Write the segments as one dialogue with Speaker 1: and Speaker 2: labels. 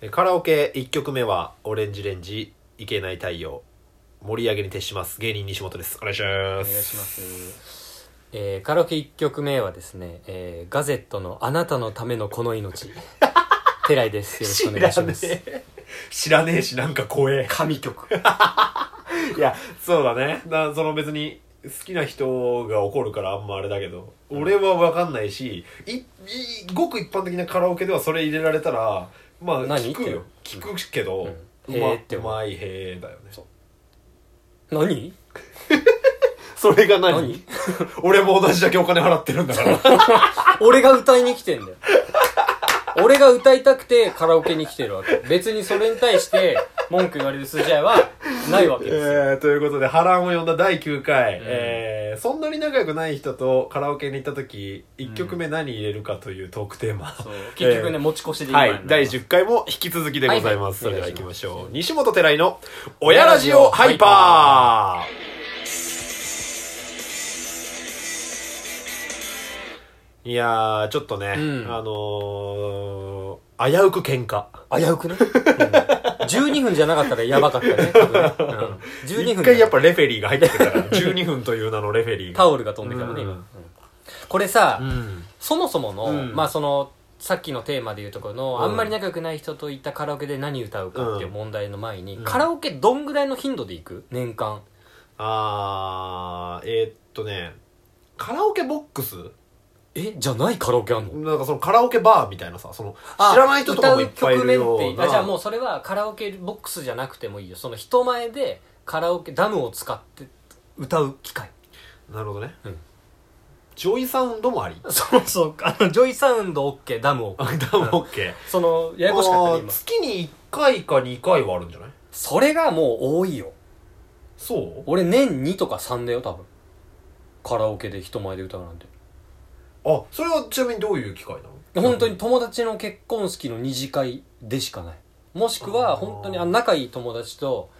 Speaker 1: えカラオケ1曲目は「オレンジレンジいけない太陽」盛り上げに徹します芸人西本ですお願いし
Speaker 2: お
Speaker 1: ま
Speaker 2: 願い
Speaker 1: す
Speaker 2: します
Speaker 3: えーカラオケ1曲目はですね、えーガゼットの「あなたのためのこ の命」寺井ですよろしくお願いします、
Speaker 1: 知らねえ知らねえしなんか怖え
Speaker 2: 神曲
Speaker 1: いやそうだねなその別に好きな人が怒るからあんまあれだけど俺は分かんないしいいごく一般的なカラオケではそれ入れられたらまあ聞
Speaker 3: 何
Speaker 1: くよ
Speaker 3: って
Speaker 1: 聞くけど、う
Speaker 3: うん
Speaker 1: ま
Speaker 3: へーって
Speaker 1: う
Speaker 3: 思う
Speaker 1: まいへーだよねそ
Speaker 3: 何
Speaker 1: れが何
Speaker 3: 何
Speaker 1: 俺も同じだけお金払ってるんだから
Speaker 3: 俺が歌いに来てんだよ俺が歌いたくてカラオケに来てるわけ別にそれに対して文句言われる筋合いはないわけ
Speaker 1: え
Speaker 3: ですよ、
Speaker 1: ー、ということで波乱を呼んだ第9回、
Speaker 3: うん
Speaker 1: えーそんなに仲良くない人とカラオケに行った時1曲目何入れるかというトークテーマ、
Speaker 3: そう結局ね、持ち越しで今
Speaker 1: は
Speaker 3: にないり、ます
Speaker 1: 第10回も引き続きでございます。
Speaker 3: はい
Speaker 1: それでは
Speaker 3: お願い
Speaker 1: 行き
Speaker 3: し
Speaker 1: ま
Speaker 3: ます
Speaker 1: しょう。西本寺井の、親ラジオハイパーいやー、ちょっとね、
Speaker 3: うん
Speaker 1: あのー、危うく喧嘩。
Speaker 3: 危うくね、うん、12分じゃなかったらやばかったね多分ね、うん、12
Speaker 1: 一
Speaker 3: 分
Speaker 1: 回
Speaker 3: じ
Speaker 1: や
Speaker 3: ゃ
Speaker 1: っぱレフェリーが入ってきたから、12分という名のレフェリーが。
Speaker 3: タオルが飛んでからね、今
Speaker 1: う
Speaker 3: うんんこれさ、
Speaker 1: うん。
Speaker 3: そもそもの、
Speaker 1: うん
Speaker 3: まあそのさっきのテーマでいうところの、
Speaker 1: うん
Speaker 3: あんまり仲良くない人と行ったカラオケで何歌うかっていう問題の前に、
Speaker 1: うん
Speaker 3: カラオケどんぐらいの頻度で行く年間
Speaker 1: あー、えーっとね、カラオケボックス
Speaker 3: えじゃないカラオケあんの
Speaker 1: なんかそのカラオケバーみたいなさ、その、
Speaker 3: あ
Speaker 1: 知らない人とかもいっぱいいるよ
Speaker 3: 歌う
Speaker 1: う
Speaker 3: 局面って
Speaker 1: な。
Speaker 3: あじゃあもうそれはカラオケボックスじゃなくてもいいよその人前でカラオケダムを使って歌う機会
Speaker 1: なるほどね。
Speaker 3: うん
Speaker 1: ジョイサウンドもあり
Speaker 3: そうそうあのジョイサウンド OK ダムを
Speaker 1: あ、ダムオッケー。
Speaker 3: そのややこしかったね
Speaker 1: あー
Speaker 3: 今
Speaker 1: 月に1回か2回はあるんじゃない
Speaker 3: それがもう多いよ
Speaker 1: そう
Speaker 3: 俺年2とか3だよ多分カラオケで人前で歌うなんて
Speaker 1: あ、それはちなみにどういう機会なの
Speaker 3: 本当に友達の結婚式の二次会でしかないもしく
Speaker 1: あー
Speaker 3: は本当にあの仲いい友達と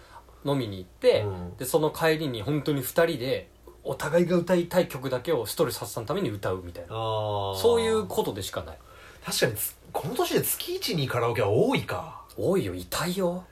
Speaker 3: 飲みに行って、
Speaker 1: うん
Speaker 3: でその帰りに本当に2人でお互いが歌いたい曲だけをストレス発散のために歌うみたいな
Speaker 1: あー
Speaker 3: そういうことでしかない
Speaker 1: 確かにつ、この年で月1にカラオケは多いか。
Speaker 3: 多いよ痛いよ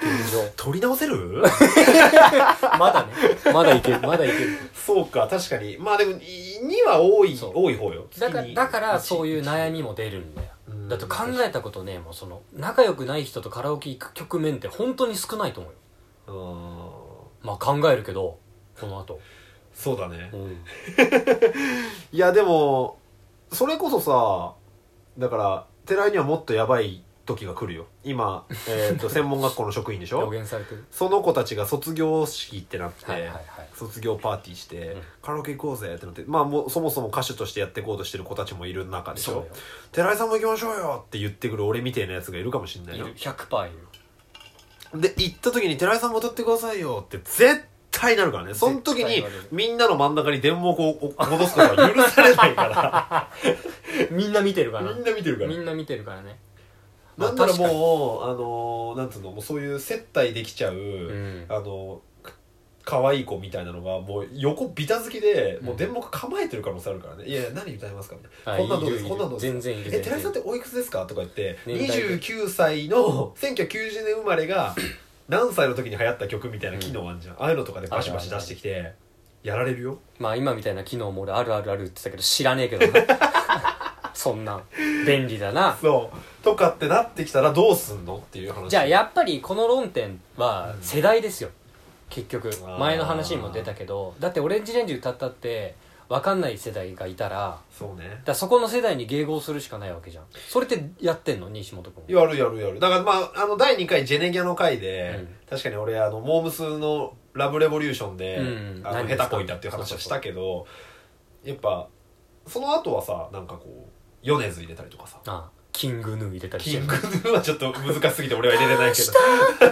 Speaker 3: 現
Speaker 1: 取り直せる
Speaker 3: 状まだねまだいけるまだいける
Speaker 1: そうか、確かに。まあでも、2は多い、
Speaker 3: そう
Speaker 1: 多い方よ。
Speaker 3: だからだからそういう悩
Speaker 1: み。
Speaker 3: みも出るんだよ
Speaker 1: うん
Speaker 3: だって考えたことねもうその仲良くない人とカラオケ行く局面って本当に少ないと思うよ
Speaker 1: あー
Speaker 3: まあ考えるけどこの後、
Speaker 1: そうだね
Speaker 3: う。ん、
Speaker 1: いやでもそれこそさだから寺井にはもっとやばい時が来るよ今、え ー、と専門学校の職員でし
Speaker 3: 予
Speaker 1: ょ
Speaker 3: 言されてる
Speaker 1: その子たちが卒業式ってなって、
Speaker 3: はいはいはい
Speaker 1: 卒業パーティーして、
Speaker 3: うん
Speaker 1: カラオケ行こうぜってなってまあもうそもそも歌手としてやっていこうとしてる子たちもいる中でし
Speaker 3: そう
Speaker 1: ょ寺井さんも行きましょうよって言ってくる俺みてえなやつがいるかもしんない
Speaker 3: い
Speaker 1: よ
Speaker 3: る100%いる
Speaker 1: で行った時に寺井さんも歌ってくださいよって絶対なるからねその時
Speaker 3: 絶対
Speaker 1: に
Speaker 3: 言われる
Speaker 1: みんなの真ん中に電目をこう戻すことは許されない か
Speaker 3: みんな見てるからら
Speaker 1: みんな見てるから
Speaker 3: みんな見てるからね
Speaker 1: なんなら
Speaker 3: まあ確
Speaker 1: もう、あのーなんつうの、もうそういう接待できちゃう、
Speaker 3: ん
Speaker 1: あのー、か可愛い子みたいなのが、もう横ビタ好きで、
Speaker 3: うん
Speaker 1: もう電目構えてる可能性あるからね。いやいや、何歌いますかみた
Speaker 3: あ
Speaker 1: いな。こんなんどうで
Speaker 3: い
Speaker 1: す
Speaker 3: るいる
Speaker 1: こんなんどうです
Speaker 3: 全然いる
Speaker 1: え、
Speaker 3: 全然
Speaker 1: 寺井さんっておいくつですかとか言って、
Speaker 3: 年代で
Speaker 1: 29歳の1990年生まれが、何歳の時に流行った曲みたいな機能あんじゃん。ああいうのとかでバシバシ出してきて、やられるよ。
Speaker 3: まあ今みたいな機能も俺あるあるあるって言ってたけど知らねえけどな そんなん便利だな
Speaker 1: そう。とかってなってきたらどうすんのっていう話。
Speaker 3: じゃあやっぱりこの論点は
Speaker 1: うん
Speaker 3: 世代ですよ、結局
Speaker 1: ー
Speaker 3: 前の話にも出たけどだって「オレンジレンジ」歌ったって分かんない世代がいたらだか
Speaker 1: そうね。
Speaker 3: らそこの世代に迎合するしかないわけじゃんそれってやってんの西本君
Speaker 1: やるやるやるだからまああの第2回ジェネギャの回で、
Speaker 3: うん
Speaker 1: 確かに俺あのモームスの「ラブレボリューションで」
Speaker 3: うん
Speaker 1: あの
Speaker 3: 何で
Speaker 1: 下
Speaker 3: す
Speaker 1: 手
Speaker 3: か
Speaker 1: こいたっていう話はしたけどやっぱその後はさなんかこう米津入れたりとかさ
Speaker 3: ああキングヌー入れたり
Speaker 1: キ
Speaker 3: して
Speaker 1: ン
Speaker 3: る
Speaker 1: グヌーはちょっと難しすぎて俺は入れれないけ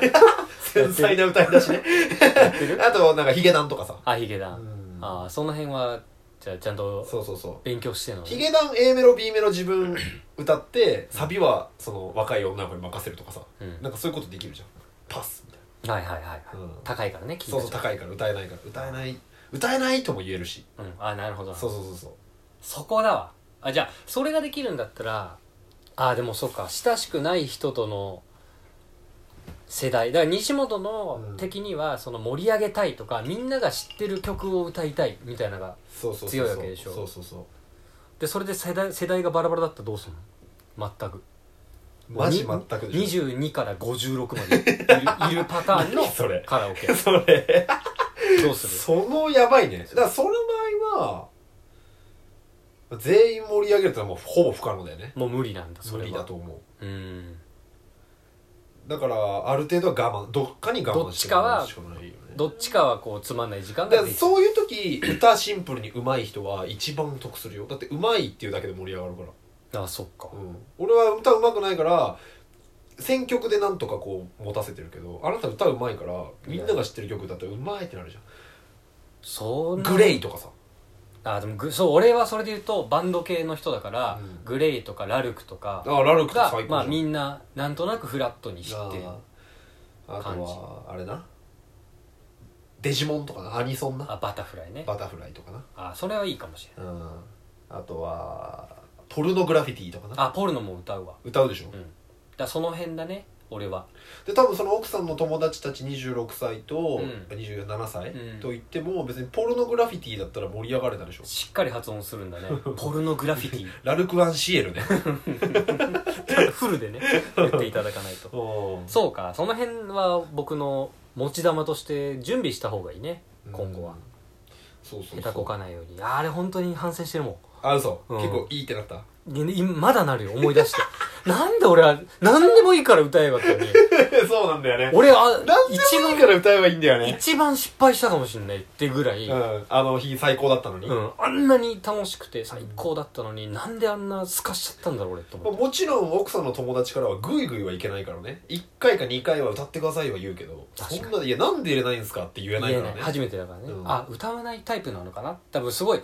Speaker 1: ど 繊細な歌いだしね
Speaker 3: やってる
Speaker 1: あとなんかヒゲダンとかさ、
Speaker 3: あヒゲダン、
Speaker 1: うん
Speaker 3: ああその辺はじゃあちゃんと
Speaker 1: そうそうそう
Speaker 3: 勉強してんのね
Speaker 1: ヒゲダン A メロ B メロ自分 歌ってサビはその若い女の子に任せるとかさ
Speaker 3: うん、
Speaker 1: な
Speaker 3: は
Speaker 1: んかそういうことできるじゃんパスみたい
Speaker 3: いはいはいはい、
Speaker 1: な、うん
Speaker 3: 高いからね聞い
Speaker 1: そうそう
Speaker 3: た
Speaker 1: 高いから歌えないから歌えない歌えないとも言えるし
Speaker 3: うんああなるほど
Speaker 1: そうそうそうそう
Speaker 3: そこだわあじゃあそれができるんだったらああでもそっか親しくない人との世代だから西本の的にはその盛り上げたいとか、みんなが知ってる曲を歌いたいみたいなのが
Speaker 1: そうそうそうそう
Speaker 3: 強いわけでしょ
Speaker 1: そうそうそう
Speaker 3: でそれで世代世代がバラバラだったらどうすんの全く
Speaker 1: マジ全くでしょ
Speaker 3: 22から56ま でいる いるパターンの
Speaker 1: それ
Speaker 3: カラオ ケ
Speaker 1: それ
Speaker 3: どうす
Speaker 1: そのやばいねだからその場合は全員盛り上げるってのはもうほぼ不可能だよね
Speaker 3: るもう無理なんだそ
Speaker 1: 無
Speaker 3: れは
Speaker 1: 理だと思う
Speaker 3: うん
Speaker 1: だからある程度は我慢どっかに我慢してもらうしかないよね
Speaker 3: どっちかはこうつまんない時間
Speaker 1: だから
Speaker 3: ができる
Speaker 1: そういう時歌シンプルに上手い人は一番得するよだって上手いっていうだけで盛り上がるから
Speaker 3: あそっか
Speaker 1: うん、俺は歌うまくないから選曲でなんとかこう持たせてるけどあなた歌うまいからみんなが知ってる曲だったらうまいってなるじゃ
Speaker 3: そん
Speaker 1: ん
Speaker 3: な
Speaker 1: グレイとかさ
Speaker 3: あでもグそう俺はそれで言うとバンド系の人だから、
Speaker 1: うん
Speaker 3: グレイとかラルクとか
Speaker 1: あラルクと
Speaker 3: が
Speaker 1: 最高じゃん、
Speaker 3: まあみんななんとなくフラットに知って
Speaker 1: あーあと
Speaker 3: 感じ
Speaker 1: はあれなデジモンとかなアニソンな
Speaker 3: あバタフライね
Speaker 1: バタフライとかな
Speaker 3: あそれはいいかもしれ
Speaker 1: うんあとはポルノグラフィティとかな
Speaker 3: ないあポルノも歌うわ
Speaker 1: 歌うでしょ、
Speaker 3: うんだその辺だね俺は
Speaker 1: で多分その奥さんの友達たち26歳と、
Speaker 3: う
Speaker 1: 27歳、
Speaker 3: うん
Speaker 1: と言っても別にポルノグラフィティだったら盛り上がれたでしょ
Speaker 3: しっかり発音するん だねポルノグラフィティ
Speaker 1: ラルク・アンシエルね
Speaker 3: ちょっとフルでね言っていただかないと
Speaker 1: そ
Speaker 3: そうかその辺は僕の持ち玉として準備した方がいいね今後は
Speaker 1: そうそう
Speaker 3: 下手こかないようにああれ本当に反省してるも
Speaker 1: あ嘘、
Speaker 3: うん
Speaker 1: 結構いいってなった
Speaker 3: んね今まだなるよ思い出してなんで俺は何でもいいから歌えばったのに
Speaker 1: そうなんだよね
Speaker 3: 俺あ
Speaker 1: 何で
Speaker 3: 一
Speaker 1: もいいか
Speaker 3: 番
Speaker 1: ら歌えばいいんだよね
Speaker 3: 一番失敗したかもしれないってぐらい、
Speaker 1: うんあの日最高だったのに、
Speaker 3: うん、あんなに楽しくて最高だったのに、なんであんなすかしちゃったんだろう俺と思って
Speaker 1: もちろん奥さんの友達からはグイグイはいけないからね1回か2回は歌ってくださいは言うけど
Speaker 3: 確かに
Speaker 1: そんないやなんで入れないんですかって言えない
Speaker 3: 言え
Speaker 1: か
Speaker 3: な
Speaker 1: ら
Speaker 3: い
Speaker 1: ね
Speaker 3: 初めてだからね、
Speaker 1: うん
Speaker 3: あ歌わないタイプなのかな多分すごい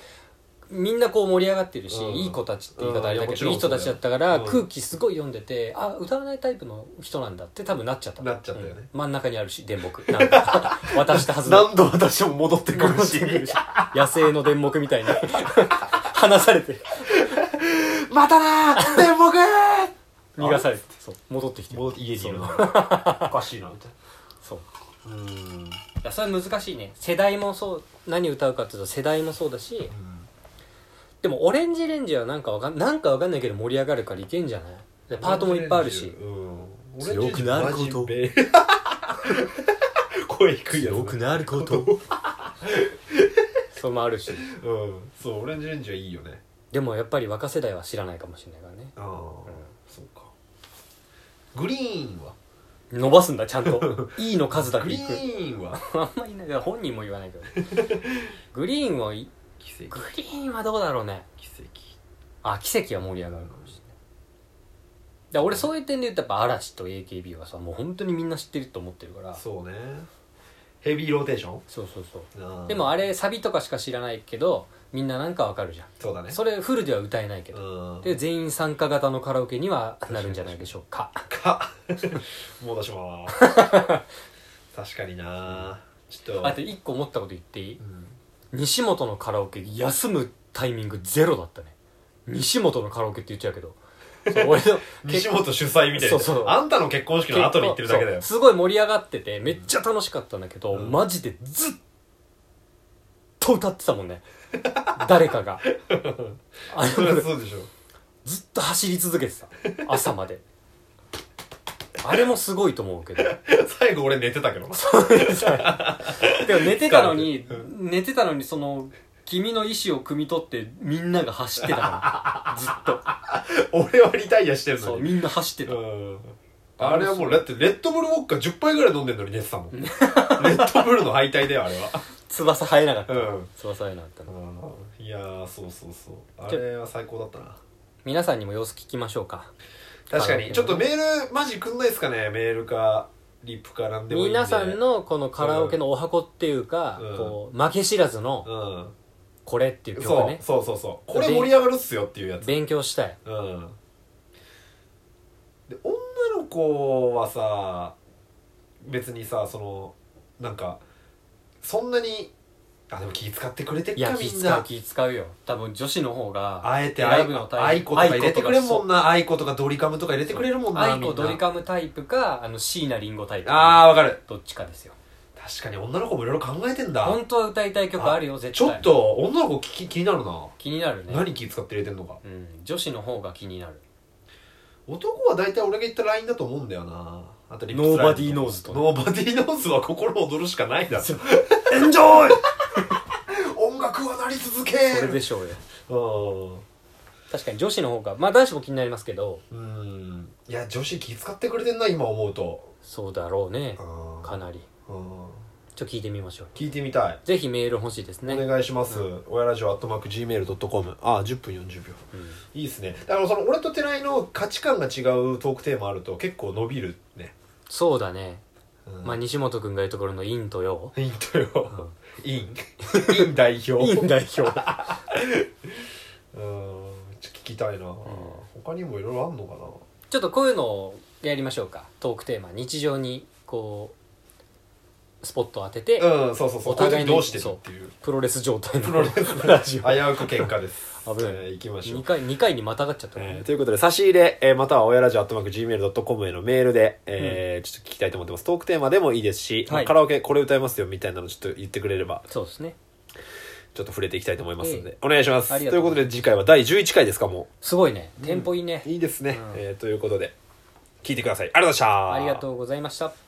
Speaker 3: みんなこう盛り上がってるし、
Speaker 1: うん
Speaker 3: いい子たちって言い方あれ
Speaker 1: う
Speaker 3: だけど、
Speaker 1: んいや
Speaker 3: いい
Speaker 1: もちろ
Speaker 3: 人
Speaker 1: んそうだよ
Speaker 3: たちだったから、
Speaker 1: うん
Speaker 3: 空気すごい読んでてあ歌わないタイプの人なんだって多分なっちゃった
Speaker 1: なっちゃったよね
Speaker 3: うん真ん中にあるし電木な んか渡したはずの
Speaker 1: 何度私も戻ってくるし
Speaker 3: 野生の電木みたいに離されて
Speaker 1: またなー電木ー
Speaker 3: 逃がされてそう戻ってきて
Speaker 1: 戻って家にいるなおかしいなみたい
Speaker 3: そう
Speaker 1: なうん
Speaker 3: いやそれは難しいね世代もそう何歌うかっていうと世代もそうだしでもオレンジレンジはなんかわかんなんかわかんないけど盛り上がるからいけんじゃないでパートもいっぱいあるし
Speaker 1: うん
Speaker 3: 強くなること
Speaker 1: オレンジジュースマジべ 声低いやつね
Speaker 3: なることそれもあるし
Speaker 1: うんそうオレンジレンジはいいよね
Speaker 3: でもやっぱり若世代は知らないかもしれないからね
Speaker 1: ああ、そうかグリーンは
Speaker 3: 伸ばすんだちゃ んといいの数だ
Speaker 1: グリ
Speaker 3: けいく
Speaker 1: ーンは
Speaker 3: あんまりないや本人も言わないけどグリーンはい
Speaker 1: 奇
Speaker 3: グ
Speaker 1: 跡
Speaker 3: リーンはどうだろうね
Speaker 1: 奇
Speaker 3: あ奇跡は盛り上がるかもしれないだから俺そういう点で言うとやっぱ嵐と AKB はさもう本当にみんな知ってると思ってるから
Speaker 1: 跡
Speaker 3: そ
Speaker 1: そうねヘビーローテーション
Speaker 3: うそうそう
Speaker 1: あー
Speaker 3: でもあれサビとかしか知らないけどみんななんかわかるじゃん
Speaker 1: そうだね
Speaker 3: それフルでは歌えないけど、
Speaker 1: うん
Speaker 3: で全員参加型のカラオケにはなるんじゃないでしょうか
Speaker 1: か 戻しま ーす確かになちょっと
Speaker 3: あと1個思ったこと言っていい
Speaker 1: うん
Speaker 3: 西本のカラオケ休むタイミングゼロだったね西本のカラオケって言っちゃうけどそう俺 の
Speaker 1: 西本主催みたいな
Speaker 3: そうそう
Speaker 1: あんたの結婚式の後に言ってるだけだよ
Speaker 3: そうすごい盛り上がっててめっちゃ楽しかったんだけど、
Speaker 1: うん
Speaker 3: マジでずっと歌ってたもんね誰か があ
Speaker 1: そりゃ
Speaker 3: の
Speaker 1: そうでしょ
Speaker 3: ずっと走り続けてた朝まであれもすごいと思う けど
Speaker 1: 最後俺寝てたけどな
Speaker 3: でも寝てたのに、寝てたのにその君の意思を汲み取ってみんなが走ってたからずっ と
Speaker 1: 俺はリタイアしてる
Speaker 3: そ
Speaker 1: の
Speaker 3: う
Speaker 1: に
Speaker 3: みんな走ってた
Speaker 1: うんあれはもうだってレッドブルウォッカ10杯ぐらい飲んでんのに寝てたもんレッドブルの敗退だよあれは
Speaker 3: 翼生えなかった
Speaker 1: う
Speaker 3: 翼生えなかったなん
Speaker 1: いやーそうそうそうあれは最高だったな
Speaker 3: 皆さんにも様子聞きましょうか
Speaker 1: 確かにちょっとメールマジくんないっすかねメールかリップかなんでもいいんで
Speaker 3: 皆さんのこのカラオケのお箱っていうか、
Speaker 1: うん
Speaker 3: こう負け知らずの
Speaker 1: うん
Speaker 3: これっていう曲
Speaker 1: そう
Speaker 3: ね
Speaker 1: そうそうそうこれ盛り上がるっすよっていうやつ
Speaker 3: 勉強したい
Speaker 1: うんで女の子はさ別にさそのなんかそんなにあでも気使ってくれてっ
Speaker 3: いや
Speaker 1: か
Speaker 3: 気
Speaker 1: みん
Speaker 3: 使う
Speaker 1: な
Speaker 3: 気使うよ多分女子の方が
Speaker 1: あえてあい
Speaker 3: 選ぶの
Speaker 1: あい
Speaker 3: 大変
Speaker 1: ことか入れてくれるもん
Speaker 3: ん
Speaker 1: なあいことかドリカムとか入れてくれるもんな
Speaker 3: あ
Speaker 1: み
Speaker 3: い
Speaker 1: ん
Speaker 3: こ
Speaker 1: な
Speaker 3: ドリカムタイプかあの椎名林檎タイプ
Speaker 1: ああわかる
Speaker 3: どっちかですよ
Speaker 1: 確かに女の子もいろいろ考えてんだ
Speaker 3: 本当は歌いたい曲あるよ絶対
Speaker 1: ちょっと女の子気気になるな、
Speaker 3: 気になるね
Speaker 1: 何気使って入れてんのか
Speaker 3: うん、女子の方が気にな る
Speaker 1: 男は大体俺が言ったラインだと思うんだよなあとリ
Speaker 3: ノーバディーノーズとね
Speaker 1: ノーバディーノーズは心躍るしかないだろ
Speaker 3: エンジョイ
Speaker 1: 音楽はなり続け
Speaker 3: それ
Speaker 1: る
Speaker 3: でしょう
Speaker 1: う
Speaker 3: よ
Speaker 1: ん
Speaker 3: 確かに女子の方がまあ男子も気になりますけど
Speaker 1: うんいや女子気使ってくれてんな今思うと
Speaker 3: そうだろうね
Speaker 1: うん
Speaker 3: かなり
Speaker 1: うん
Speaker 3: ちょっと聞いてみましょう
Speaker 1: 聞いてみたい
Speaker 3: ぜひメール欲しいですね
Speaker 1: お願いします親ラジオアットマーク Gmail.com あ10分40秒
Speaker 3: うん
Speaker 1: いいですねだからその俺と寺井の価値観が違うトークテーマあると結構伸びるね
Speaker 3: そうだね、
Speaker 1: うん
Speaker 3: まあ西本君が言うところの陰と陽
Speaker 1: インとよインイン代表
Speaker 3: 代 表
Speaker 1: うーんちょっと聞きたいな、他にもいろいろあんのかな
Speaker 3: ちょっとこういうのをやりましょうかトークテーマ日常にこうスポットを当てて、
Speaker 1: うんそうそうそう
Speaker 3: お互いの
Speaker 1: こういう時どうしてるっていう
Speaker 3: プロレス状態の
Speaker 1: プロレス
Speaker 3: ラジ
Speaker 1: 危
Speaker 3: オ
Speaker 1: うく喧嘩です
Speaker 3: 危ない
Speaker 1: えー行きましょ
Speaker 3: 2
Speaker 1: う、
Speaker 3: 回二回にまたがっちゃった、
Speaker 1: えーということで差し入れ、えーまたは親ラジオアットマーク Gmail.com へのメールで、えーちょっと聞きたいと思ってますトークテーマでもいいですし、まあ
Speaker 3: はい
Speaker 1: カラオケこれ歌いますよみたいなのちょっと言ってくれれば
Speaker 3: そうですね
Speaker 1: ちょっと触れていきたいと思いますので、
Speaker 3: ええ
Speaker 1: お願いします
Speaker 3: あ
Speaker 1: と
Speaker 3: り
Speaker 1: い
Speaker 3: がと
Speaker 1: う
Speaker 3: う
Speaker 1: ことで次回は第11回ですかも
Speaker 3: すごいねテンポいいね、
Speaker 1: ういいですね、
Speaker 3: うん
Speaker 1: えーということで聞いてくださいありがとうございました
Speaker 3: ありがとうございました